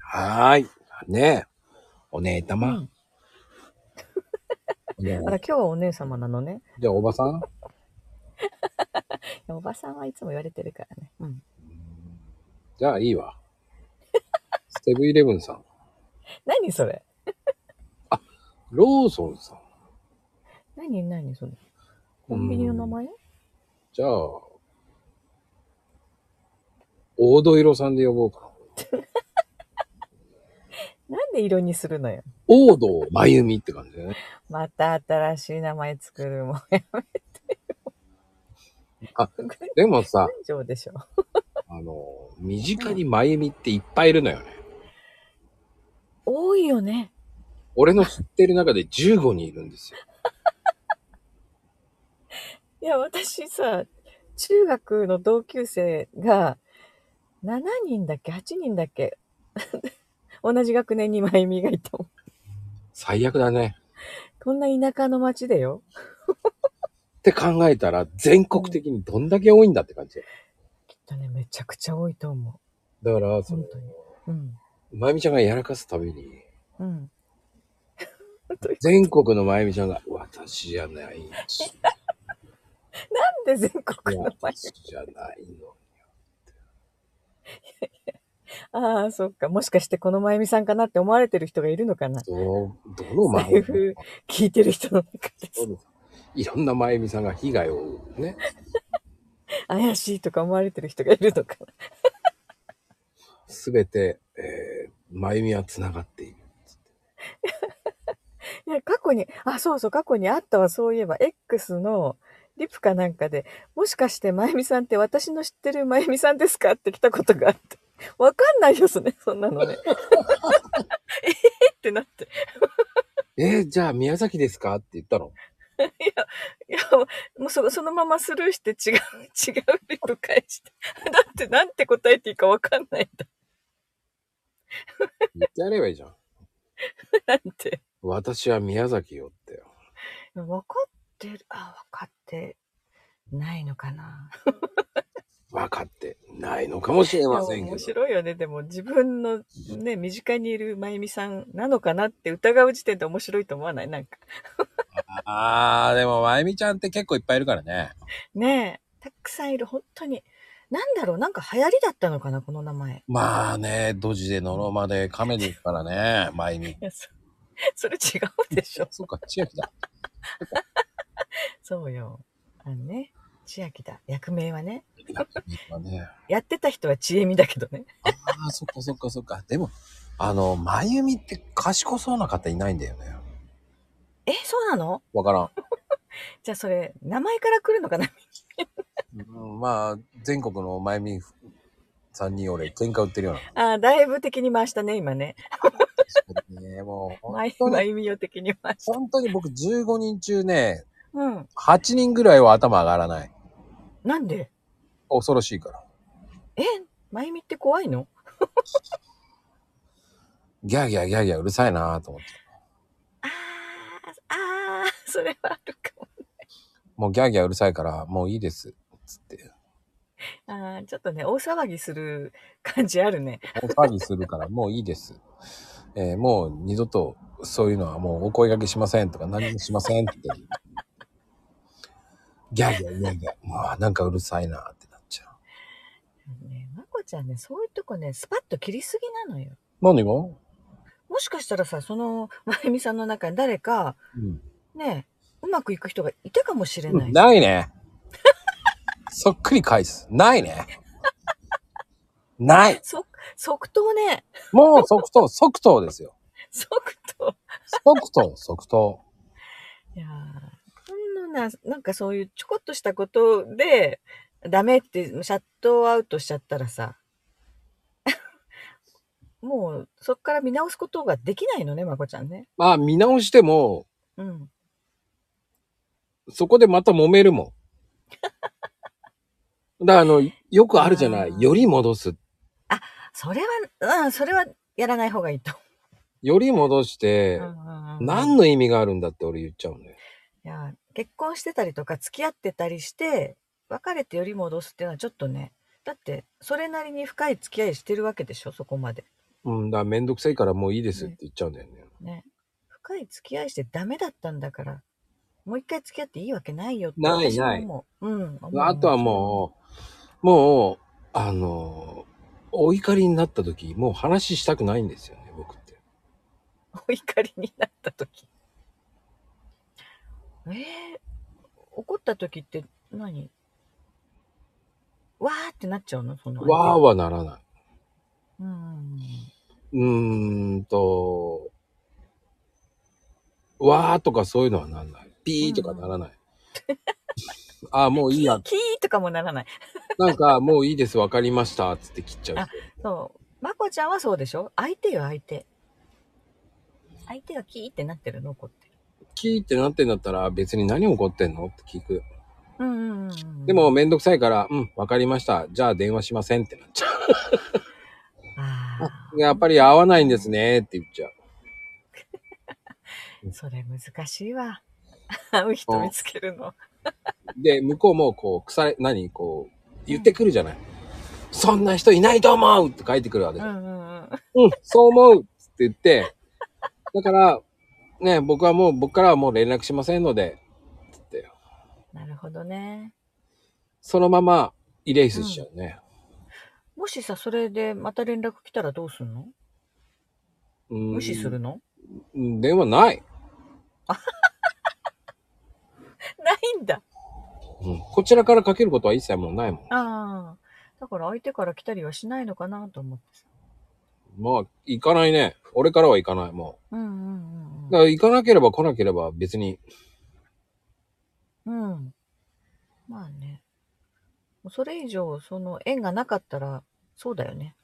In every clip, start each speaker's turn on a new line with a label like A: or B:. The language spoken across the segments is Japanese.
A: はーい。ねえ。お姉た
B: う
A: ま
B: ん。
A: お姉
B: あら、今日はお姉様なのね。
A: じゃあ、おばさん
B: いやおばさんはいつも言われてるからね。うん。
A: じゃあ、いいわ。 ステブイレブンさん。
B: 何それ
A: ローソンさん。
B: 何何それコンビニの名前
A: じゃあ、大戸色さんで呼ぼうかな。
B: なんで色にするのよ。
A: 大戸真由美って感じだね。
B: また新しい名前作るもん。やめ
A: あ
B: てよ。
A: でもさ、
B: 以上でしょ。
A: あの、身近に真由美っていっぱいいるのよね。
B: 多いよね。
A: 俺の知ってる中で15人いるんですよ。
B: いや、私さ、中学の同級生が、7人だっけ ?8 人だっけ 同じ学年にまゆみがいたもん。
A: 最悪だね。
B: こんな田舎の町でよ。
A: って考えたら、全国的にどんだけ多いんだって感じ。
B: きっとね、めちゃくちゃ多いと思
A: だから、
B: う。
A: その
B: 本、当に。うん。
A: まゆみちゃんがやらかすたびに、
B: うん。
A: 全国のまゆみちゃんが、私じゃないし、
B: なんで全国の前
A: 私じゃないの。
B: ああ、そっか。もしかしてこのまゆみさんかなって思われてる人がいるのかな
A: どうどのま
B: だ
A: ゆ
B: い
A: み
B: ぶ聞いてる人の中で
A: そう
B: す。
A: ですいろんなまゆみさんが被害を負うね。
B: 怪しいとか思われてる人がいるのかな
A: すべて、えー、まゆみは繋がっている。
B: いや、過去に、あ、そうそう、過去にあったわ。そういえば、X のリプかなんかで、もしかしてまゆみさんって私の知ってるまゆみさんですかって来たことがあって。わかんないですね、そんな のね。えーってなって。
A: えー、じゃあ宮崎ですかって言ったの
B: いや、もうそそのままスルーして違う、 違うリプ返して。 だってなんて答えていいかわかんないんだ。
A: 言ってやればいいじゃん。
B: なんて。
A: 私は宮崎よってよ。
B: 分かってる、あ、分かってないのかな。
A: 分かってないのかもしれませんけど
B: 面。白いよね。でも自分のね、身近にいるまゆみさんなのかなって疑う時点で面白いと思わないなんか。
A: あー、でもまゆみちゃんって結構いっぱいいるからね。
B: ねえ、たくさんいる、本当に。なんだろう、なんか流行りだったのかな、この名前。
A: まあね、ドジでノロマで亀ですからね、まゆみ。
B: いや、そ それ違うでしょ。
A: そうか、千秋だ。
B: そうよ。あのね、千秋だ。役名はね。
A: 今ね。
B: やってた人はちえみだけどね。
A: ああ、そっかそっかそっか。でも、あの、まゆみって賢そうな方いないんだよね。
B: え、そうなの
A: わからん。
B: じゃあそれ、名前から来るのかな
A: うんまあ、全国のまゆみさんに俺、喧嘩売ってるような。
B: あーだいぶ敵に回したね、今ね。
A: ね、 もう、
B: ま
A: 本
B: ゆ
A: 当
B: ま
A: に、
B: ゆみを敵に回した。
A: 本当に僕15人中ね、
B: うん。
A: 8人ぐらいは頭上がらない。
B: なんで
A: 恐ろしいから。
B: えまゆみって怖いの
A: ギャーギャーギャーギャーうるさいなと思って。
B: あー、あー、それはあるかも。
A: もうギャーギャーうるさいから、もういいです。つって。
B: あー、ちょっとね、大騒ぎする感じあるね。
A: 大騒ぎするから、もういいです。えーもう二度と、そういうのはもうお声掛けしませんとか、何もしませんって。ギャーギャーギャーギャー。もうなんかうるさいなってなっちゃう。
B: ねまこちゃんね、そういうとこね、スパッと切りすぎなのよ。
A: 何がう
B: もしかしたらさ、その、まゆみさんの中に誰か、
A: ん。
B: ね、うまくいく人がいたかもしれない。
A: ないね。そっくり返す。ないね。ない。
B: そ、即答ね。
A: もう即答、即答ですよ。
B: 即答。
A: 即答、即答。
B: いやーこんなな、なんかそういうちょこっとしたことで、ダメって、シャットアウトしちゃったらさ、 もう、そっから見直すことができないのね、まこちゃんね。
A: まあ見直しても、
B: うん。
A: そこでまた揉めるも ん。だからあの、よくあるじゃな
B: あ
A: い。
B: ー
A: より戻す。
B: それは、うん、それはやらない方がいいと。
A: より戻して、
B: なん
A: 何の意味があるんだって俺言っちゃうんだよ。
B: いや結婚してたりとか、付き合ってたりして、別れてより戻すっていうのはちょっとね、だって、それなりに深い付き合いしてるわけでしょ、そこまで。
A: うん、だからめんどくさいからもういいですって言っちゃうんだよね。
B: ね。深い付き合いしてダメだったんだから、もう一回付き合っていいわけないよって
A: ない
B: 私も思う。うん。思う
A: あとはもう、もう、あの、お怒りになった時、もう話したくないんですよね、僕って。
B: お怒りになった時えー、怒った時って何わーってなっちゃうのその相手
A: わーはならない。
B: うんうん
A: うーんと、わーとかそういうのはなんない。ピーとかならない。ああ、もういい
B: うん
A: や。
B: キーとかもならない
A: なんか、もういいです。わかりました。つって切っちゃう
B: あ。そうまこちゃんはそうでしょ相手よ相手相手がキーってなってるの怒ってる
A: キーってなってんだったら、別に何怒ってんのって聞く。
B: うんうんうんうん
A: でも、めんどくさいから、うん、わかりました。じゃあ電話しませんってなっちゃ
B: あ
A: う。やっぱり合わないんですねって言っちゃう。
B: ーそれ難しいわ 会う人見つけるの
A: で、向こうも、こう、腐れ、何こう、言ってくるじゃない。そんな人いないと思うって書いてくるわけ
B: う
A: じ
B: ん
A: ゃん
B: うんうん
A: うん、そう思うっつって言って、だから、ね、僕はもう、僕からはもう連絡しませんので、つって、
B: なるほどね
A: そのままイレースしちゃうね。
B: もしさ、それでまた連絡来たらどうすんの
A: うん
B: 無視するの、
A: うん電話ない、
B: ないんだ。
A: うん。こちらからかけることは一切もうないもん。
B: ああ。だから相手から来たりはしないのかなと思ってさ。
A: まあ、行かないね。俺からは行かない、も
B: うんうん
A: う。
B: う
A: だ
B: ん
A: から行かなければ来なければ別に、
B: うん。うん。まあね。もうそれ以上、その縁がなかったら、そうだよね。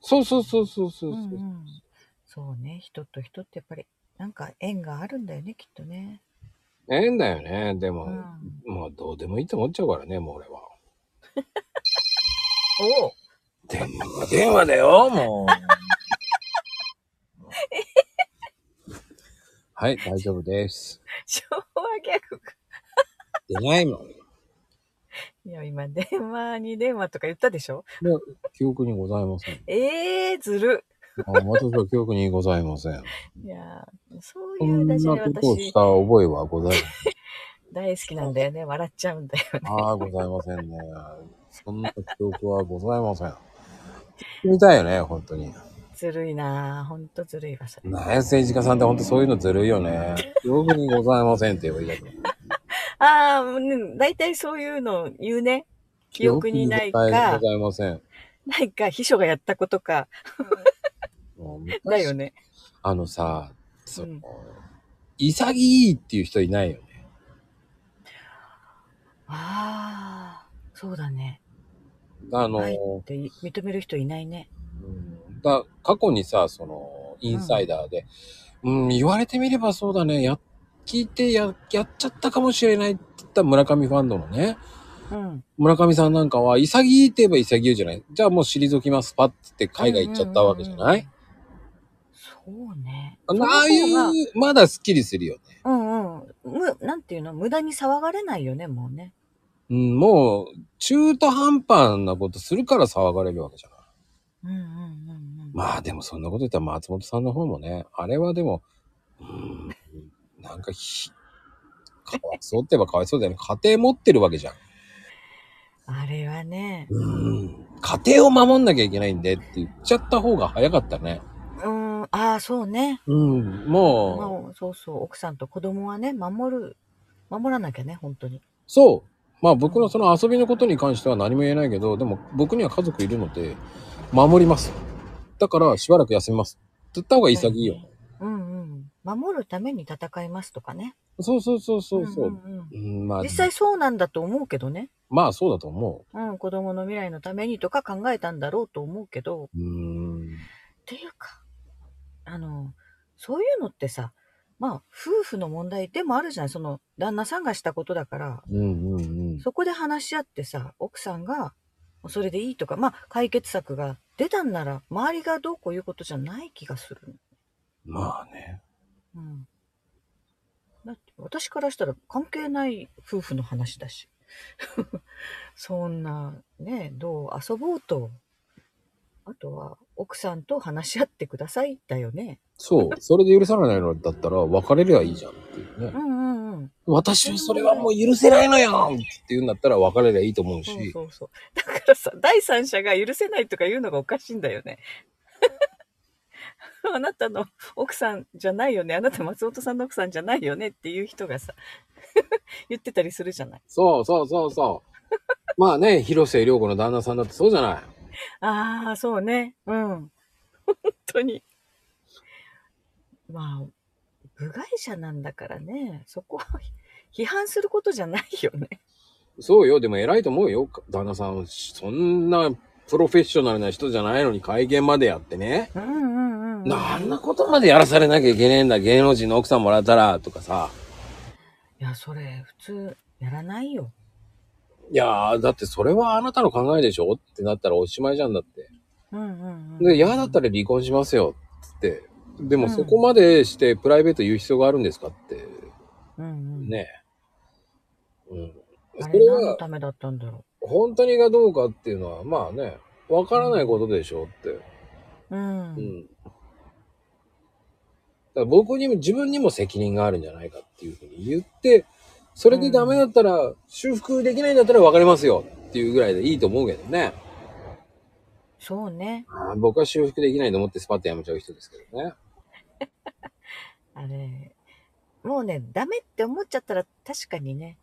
A: そうそうそうそうそうう。
B: んうん。そうね。人と人ってやっぱり、なんか縁があるんだよね、きっとね。
A: ええんだよね。でも、
B: うん
A: もうどうでもいいと思っちゃうからね、もう俺は。
B: お お
A: 電話、電話だよ、もう。 はい、大丈夫です。
B: 昭和ギャグか。
A: 出ないもん。
B: いや、今、電話に電話とか言ったでしょ
A: 記憶にございません。
B: ええー、ずる。
A: あ私は記憶にございません。
B: いやー、そう
A: そ
B: いうん
A: な
B: ダジャレ
A: ことを
B: 私
A: し、た覚えはござい
B: 大好きなんだよね。笑っちゃうんだよ。
A: ません。ああ、ございませんね。そんな記憶はございません。みたいよね、本当に。
B: ずるいなぁ。ほんとずるいわ、それ。
A: ねえ、政治家さんって本当そういうのずるいよね。記憶にございませんって言われた
B: ああ、うん大体そういうの言うね。記憶にない
A: 記憶に
B: か
A: ご、ざいません。
B: ないか、秘書がやったことか。
A: もう昔
B: だよね。
A: あのさ、その、
B: うん
A: 潔いっていう人いないよね。
B: ああ、そうだね。
A: あの、
B: はいって認める人いないね。
A: うんだ過去にさ、その、インサイダーで、うん、言われてみればそうだね、や、聞いてや、やっちゃったかもしれないって言った村上ファンドのね、
B: うん。
A: 村上さんなんかは、潔いって言えば潔いじゃない。じゃあもう退きます、パッつって海外行っちゃったわけじゃない、
B: うんうんうんそうね。
A: あのああい
B: その方が
A: う、まだスッキリするよね。
B: うんうん。む、なんていうの無駄に騒がれないよね、もうね。
A: うん、もう、中途半端なことするから騒がれるわけじゃない。
B: うんうんうんうん。
A: まあでもそんなこと言ったら松本さんの方もね、あれはでも、うーん、なんかひ、かわいそうって言えばかわいそうだよね。家庭持ってるわけじゃん。
B: あれはね。
A: うーん。家庭を守んなきゃいけないんでって言っちゃった方が早かったね。
B: うん、ああ、そうね。
A: うん、もう、
B: まあ、そうそう、奥さんと子供はね、守る、守らなきゃね、本当に。
A: そう。まあ僕のその遊びのことに関しては何も言えないけど、でも僕には家族いるので、守ります。だからしばらく休みます。って言った方が潔いよ。
B: うんうん。守るために戦いますとかね。
A: そうそうそうそうそう。
B: んんうん
A: うん、まあ
B: 実、際そうなんだと思うけどね。
A: まあそうだと思
B: うん、子供の未来のためにとか考えたんだろうと思うけど、
A: う。うーん。
B: っていうか、あの、そういうのってさ、まあ、夫婦の問題でもあるじゃないその、旦那さんがしたことだから、
A: うんうんうん。
B: そこで話し合ってさ、奥さんが、それでいいとか、まあ、解決策が出たんなら、周りがどうこういうことじゃない気がする。
A: まあね。
B: うんだって私からしたら関係ない夫婦の話だ しそんなねどう遊ぼうとあとは、奥さんと話し合ってくださいだよね。
A: そう。それで許されないのだったら、別れりゃいいじゃんっていうね
B: う。んうんうん。
A: 私はそれはもう許せないのよって言うんだったら、別れりゃいいと思う
B: そう
A: し。
B: そうそう。 だからさ、第三者が許せないとか言うのがおかしいんだよね。 あなたの奥さんじゃないよね。あなた松本さんの奥さんじゃないよねっていう人がさ、 言ってたりするじゃない。
A: そうそうそうそう。まあね、 広瀬涼子の旦那さんだってそうじゃない。
B: ああ、そうね。うん。 本当に。まあ、部外者なんだからね、そこは批判することじゃないよね。
A: そうよ。でも偉いと思うよ。旦那さん、そんなプロフェッショナルな人じゃないのに会見までやってね。
B: うんうんうん。
A: なあんなことまでやらされなきゃいけねえんだ。芸能人の奥さんもらったら、とかさ。
B: いや、それ、普通、やらないよ。
A: いやー、だってそれはあなたの考えでしょってなったらおしまいじゃんだって。
B: うんうんうん。
A: で、嫌だったら離婚しますよ。つって。でもそこまでしてプライベート言う必要があるんですかって。
B: うんうん。
A: ね。うん。
B: あ
A: そ
B: れ
A: れ
B: 何の
A: は
B: ためだったんだろ
A: 本当にがどうかっていうのは、まあね、わからないことでしょって。
B: う。うん。
A: うん。だから僕にも自分にも責任があるんじゃないかっていうふうに言って、それでダメだったら、修復できないんだったら分かりますよっていうぐらいでいいと思うけどね。
B: そうね。
A: あー僕は修復できないと思ってスパッとやめちゃう人ですけどね。
B: あれ、もうね、ダメって思っちゃったら確かにね、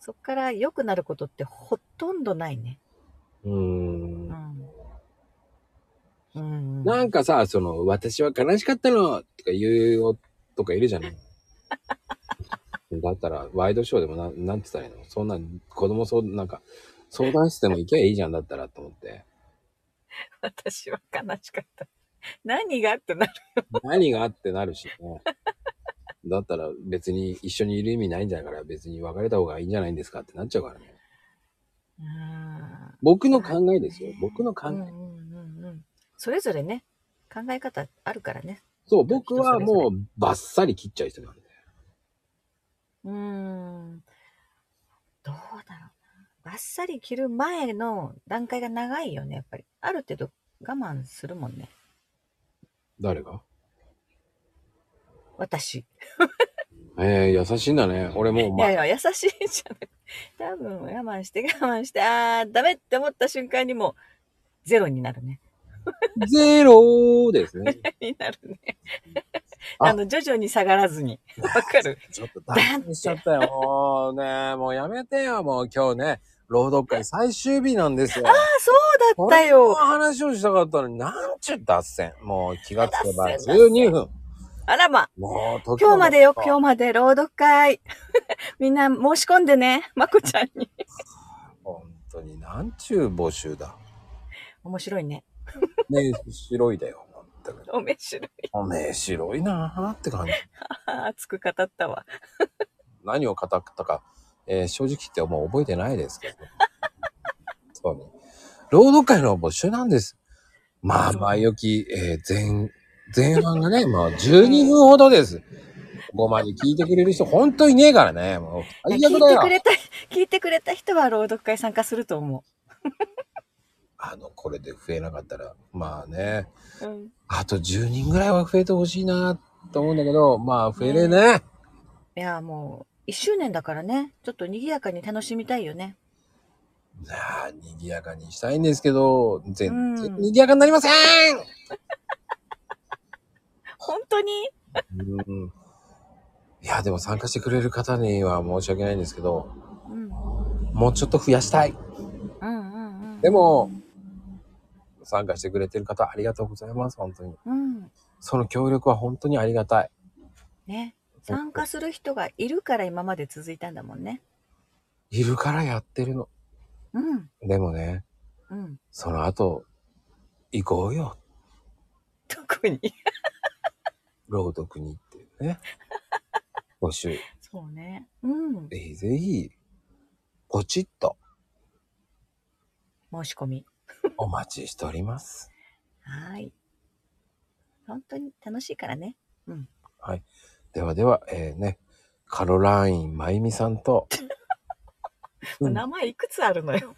B: そっから良くなることってほとんどないね。
A: うー。
B: うんん。うん、うん。
A: なんかさ、その、私は悲しかったのとか言うよとかいるじゃ ない。だったら、ワイドショーでもなん、なんて言ったらいいのそんな、子供そう、なんか、相談室でも行けばいいじゃんだったらと思って。
B: 私は悲しかった。 何がってなる。
A: 何があってなるしね。だったら別に一緒にいる意味ないんじゃないから別に別れた方がいいんじゃないんですかってなっちゃうからね。
B: うん。
A: 僕の考えですよ。僕の考え。
B: うんうんうんうん。それぞれね、考え方あるからね。
A: そう、僕はもうバッサリ切っちゃう人なんで。
B: うん。どうだろうな。バッサリ切る前の段階が長いよね、やっぱり。ある程度我慢するもんね。
A: 誰が
B: 私。
A: えー、優しいんだね。俺もう、
B: い
A: ま、
B: やいや、優しいじゃない。多分我慢して我慢して、あー、ダメって思った瞬間にもうゼロになるね。
A: ゼローですね。
B: になるね。
A: あ
B: あの、徐々に下がらずに。わかる
A: ちょっとダメにしちゃったよ。もうね、もうやめてよ。もう今日ね、朗読会最終日なんですよ。
B: あ、 そうだった
A: この
B: よ。
A: 話をしたかったのに、なんちゅう脱線。もう気がつけば
B: 脱線脱線
A: 12分。
B: あらま。
A: もう時
B: 今日までよ、今
A: 日。
B: 日まで朗読会。 みんな申し込んでね。まこちゃんに。
A: 本当に、なんちゅう募集だ。
B: 面白いね。
A: ね、白いだよ。全く
B: おめしろい。
A: おめえ白いなあって感じ。
B: あー熱く語ったわ。
A: 何を語ったか、えー正直言ってもう覚えてないですけど。 そうね。朗読会の募集なんです。まあ、前置き、えー前、前半がね、まあ、12分ほどです。ここまで聞いてくれる人、本当いねえからね。もう、
B: 聞
A: 最
B: いて
A: 悪だよ
B: く。れた、聞いてくれた人は朗読会参加すると思
A: あの、これで増えなかったら、まあね、
B: う。うん。
A: あと10人ぐらいは増えてほしいなと思うんだけど、まあ、増えれね。
B: いや、もう、一周年だからね。ちょっと賑やかに楽しみたいよね。
A: なあ、賑やかにしたいんですけど、全
B: う
A: 然
B: ん
A: 賑やかになりません、
B: 本当に
A: うん、いや、でも参加してくれる方には申し訳ないんですけど、
B: うん。
A: もうちょっと増やしたい。
B: うんうんうん。
A: でも、参加してくれてる方、ありがとうございます、本当に。
B: うん。
A: その協力は本当にありがたい。
B: ね。参加する人がいるから今まで続いたんだもんね。
A: いるからやってるの。
B: うん。
A: でもね、
B: うん。
A: その後、行こうよ、
B: 特に。
A: 朗読にっていう ね。募集、
B: そうね。うん。
A: ぜひぜひ、ポチッと
B: 申し込み。
A: お待ちしております。
B: はーい。本当に楽しいからね。
A: ではでは、えー、ね、カロラインまゆみさんと、うん
B: 名前いくつあるのよ。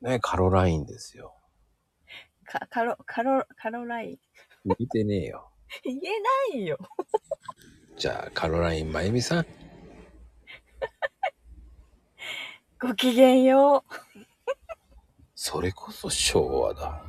A: ね、カロラインですよ。
B: かカロ、カロ、カロライン。
A: 聞いてねえよ。
B: 言えないよ。
A: じゃあ、カロラインまゆみさん、
B: ごきげんよう。
A: それこそ昭和だ。